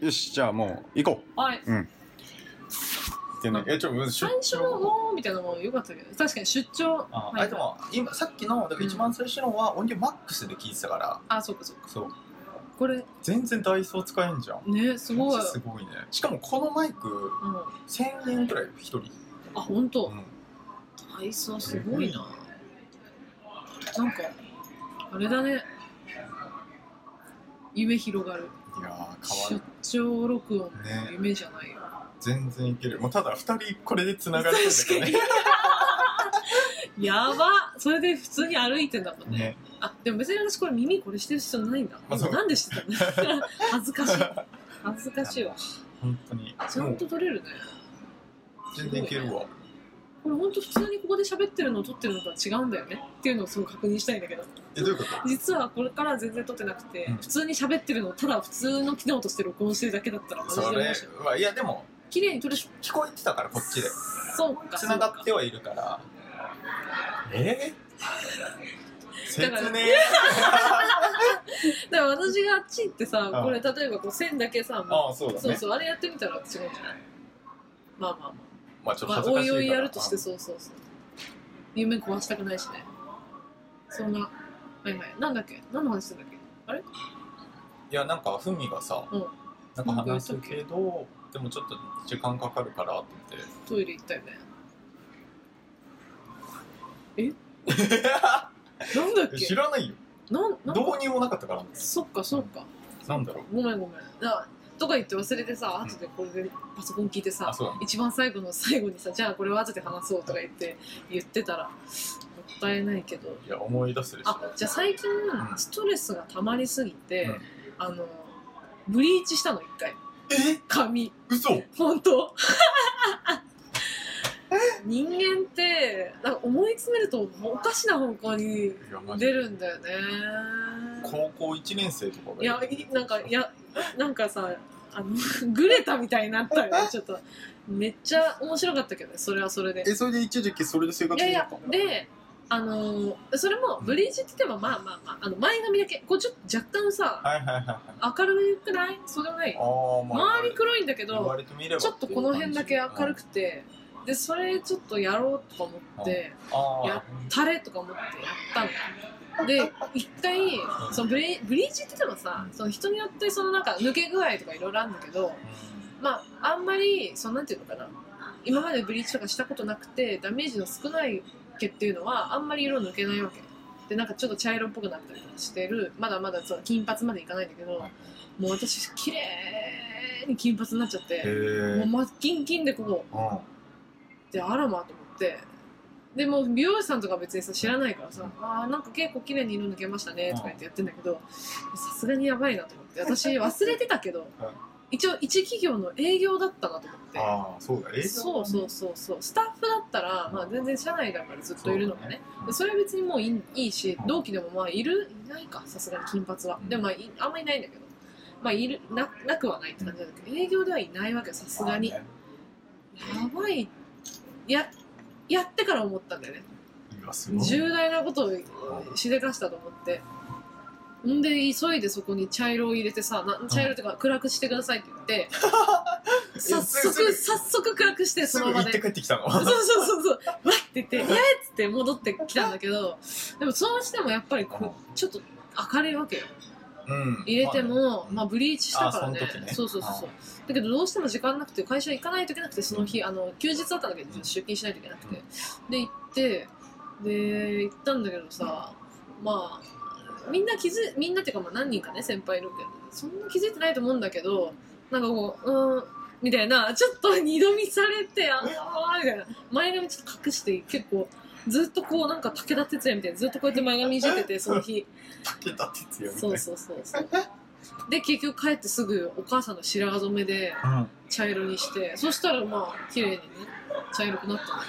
よし、じゃあもう、行こはい。う。ってね。え、ちょ、むし最初のゴーンみたいなのも良かったけど、確かに出張。あはいあでも今さっきのだから一番最初のは音量マックスで聞いてたから、あ、そうかそうか。そうこれ、全然ダイソー使えんじゃんね、すごい。すごいねしかもこのマイクうん、あ、 1000円ぐらい一人、本当う。ん体操すごいな。なんか、あれだね。夢広がる。いやー変出わ張録音の夢じゃないよ。全然いけるもうただ二人これでつながるんだけ確どかねに。やばそれで普通に歩いてんだもんねねあでも別に私これ耳これしてる必要ないんだ、まあそうなんでしてたんだ恥ずかしい恥ずかしいわ本当にちゃもんうと撮れるね全然いけるわこれ本当普通にここで喋ってるのを撮ってるのとは違うんだよねっていうのをすごい確認したいんだけどえどういうこと実はこれから全然撮ってなくて、うん普通に喋ってるのをただ普通の機能として録音してるだけだったらマジでそ面白れいはいやでも綺麗に撮れし聞こえてたからこっちでそうかつながそうっかてはいるからえー、だ説から明だから私があっち行ってさああこれ例えばこう線だけさああそうだそうねそう、あれやってみたら違うんじゃないまあまあまあちょっまと恥ずあ、まあ、おかしいいからおいやるとしてそうそうそう。夢壊したくないしね。そんな、はいはい。なんだっけ何の話してんだっけいやなんかふみがさ、うんなんか話すけどでもちょっと時間かかるからって言ってトイレ行ったよね。え なんだっえ知けらないよなんなんどうにもなかったからそっかそっか。なんだろうごめんごめん。だとか言って忘れてさ、後でこれでパソコン聞いてさあ、そうだね一番最後の最後にさ、じゃあこれは後で話そうとか言って言ってたら、もったいないけど。いや思い出すでしあょじゃあ最近うんストレスが溜まりすぎて、うんあのブリーチしたの一回え髪嘘うん本当人間ってなんか思い詰めるともうおかしな方向にいやマジ出るんだよね高校1年生とかがいやいなんかいやなんかさあの グレタみたいになったよねちょっとめっちゃ面白かったけどねそれはそれでえそれで一時期それで生い活やいしてたやのであのーそれもブリーチって言ってもまあまあまああの前髪だけこうちょっと若干さはいはいはいはい明るくないそうでもないあーまあ周り黒いんだけ言わどれてみればちょっとこの辺だけ明るくててでそれちょっとやろうとか思ってあやタレとか思ってやったので一回そのブリブリーチって言ってもさその人によってそのなんか抜け具合とかいろいろあるんだけどまああんまりそのなんていうのかな今までブリーチとかしたことなくてダメージの少ない毛っていうのはあんまり色抜けないわけでなんかちょっと茶色っぽくなったりとかしてるまだまだその金髪までいかないんだけど、はいもう私綺麗に金髪になっちゃっへえてもう真っ金金でここであらまと思ってでもう美容師さんとか別にさ知らないからさ「あーなんか結構綺麗に色抜けましたね」とか言ってやってんだけどさすがにやばいなと思って私忘れてたけどうん一応一企業の営業だったなと思って。ああそうだえそうそうそうそうスタッフだったら、まあ、全然社内だからずっといるのがねそうだねでそれは別にもういいいいしうん同期でもまあいるいないかさすがに金髪はうんでもまあいあんまりいないんだけどまあいるななくはないって感じなんだけど営業ではいないわけよさすがにやまばいややってから思ったんだよねあねいやすごい重大なことをしでかしたと思ってんで急いでそこに茶色を入れてさな茶色っていうか暗くしてくださいって言って 早すぐ速早速暗くしてそすのぐ行場っでて帰ってきたのそうそうそうそう、わってて、えっつって戻ってきたんだけど、でもそうしてもやっぱりこう、ちょっと明るいわけよ。うん入れてあも、ねまあブリーチしたからねあその時ねそうそうそうそう。だけどどうしても時間なくて、会社行かないといけなくて、その日、あの、休日だったんだけど、うん出勤しないといけなくて。で、行って、で、行ったんだけどさ、まあ、みんな気づ、みんなっていうかまあ何人かね、先輩いるけど、そんな気づいてないと思うんだけど、なんかこう、うーん、みたいな、ちょっと二度見されて、あー、みたいな。前髪ちょっと隠して、結構、ずっとこう、なんか武田鉄矢みたいにずっとこうやって前髪いじってて、その日。武田鉄矢みたいそうなそうそうそう。で、結局帰ってすぐお母さんの白髪染めでうん茶色にして、そしたらまあ、綺麗にね、茶色くなったんだ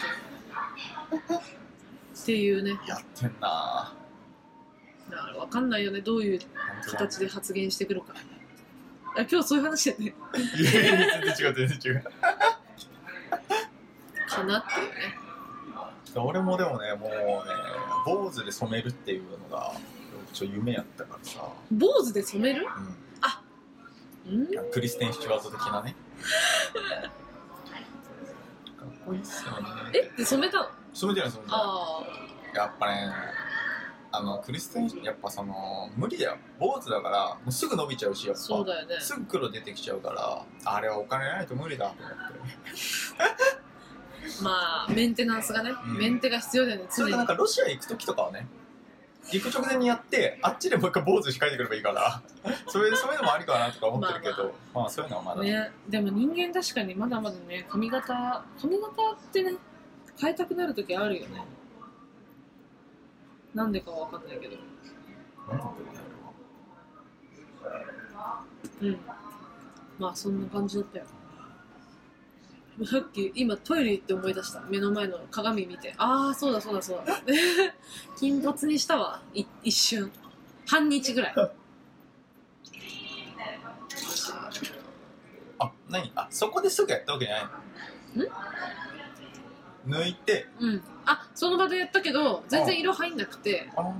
けど。っていうね、やってんなだからわかんないよね、どういう形で発言してくるか。あ今日そういう話だよね。いやいや全然違う全然違うかなっていうね。俺もでもねもうね坊主で染めるっていうのがちょっと夢やったからさ、坊主で染めうるん、あ、ううんクリステン・シチュワート的な ねかっこいいっすよねえって染めたのそうじゃないそうじゃなあいやっぱねあのクリステンやっぱその無理だよ坊主だからもうすぐ伸びちゃうしやあっぱそうだよねすぐ黒出てきちゃうからあれはお金ないと無理だと思ってまあメンテナンスがね、うんメンテが必要だよねそ常れにがなんかロシア行く時とかはね行く直前にやってあっちでもう一回坊主しかいてくればいいから そういうそういうのもありかなとか思ってるけど、まあそういうのはまだ、ねでも人間確かにまだまだね髪型髪型ってね変えたくなる時あるよねなんでかわかんないけどなんていうのうんまあそんな感じだったよさっき今トイレ行って思い出した目の前の鏡見てああそうだそうだそうだ 金髪にしたわい一瞬半日ぐらいあ、何あ、そこですぐやったわけじゃないの抜いて、うんあその場でやったけど全然色入んなくてあー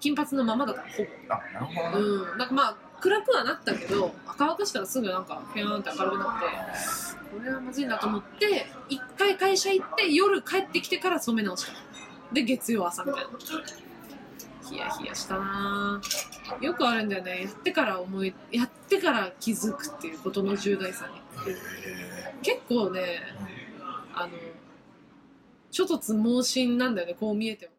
金髪のままだったほぼあ、なるほどね。うん、なんかまあ暗くはなったけど赤々したらすぐなんかピューンって明るくなってこれはまずいなと思って一回会社行って夜帰ってきてから染め直したで月曜朝みたいなヒヤヒヤしたなぁよくあるんだよねやってから思いやってから気づくっていうことの重大さにへ結構ねーあの諸突猛進なんだよねこう見えても。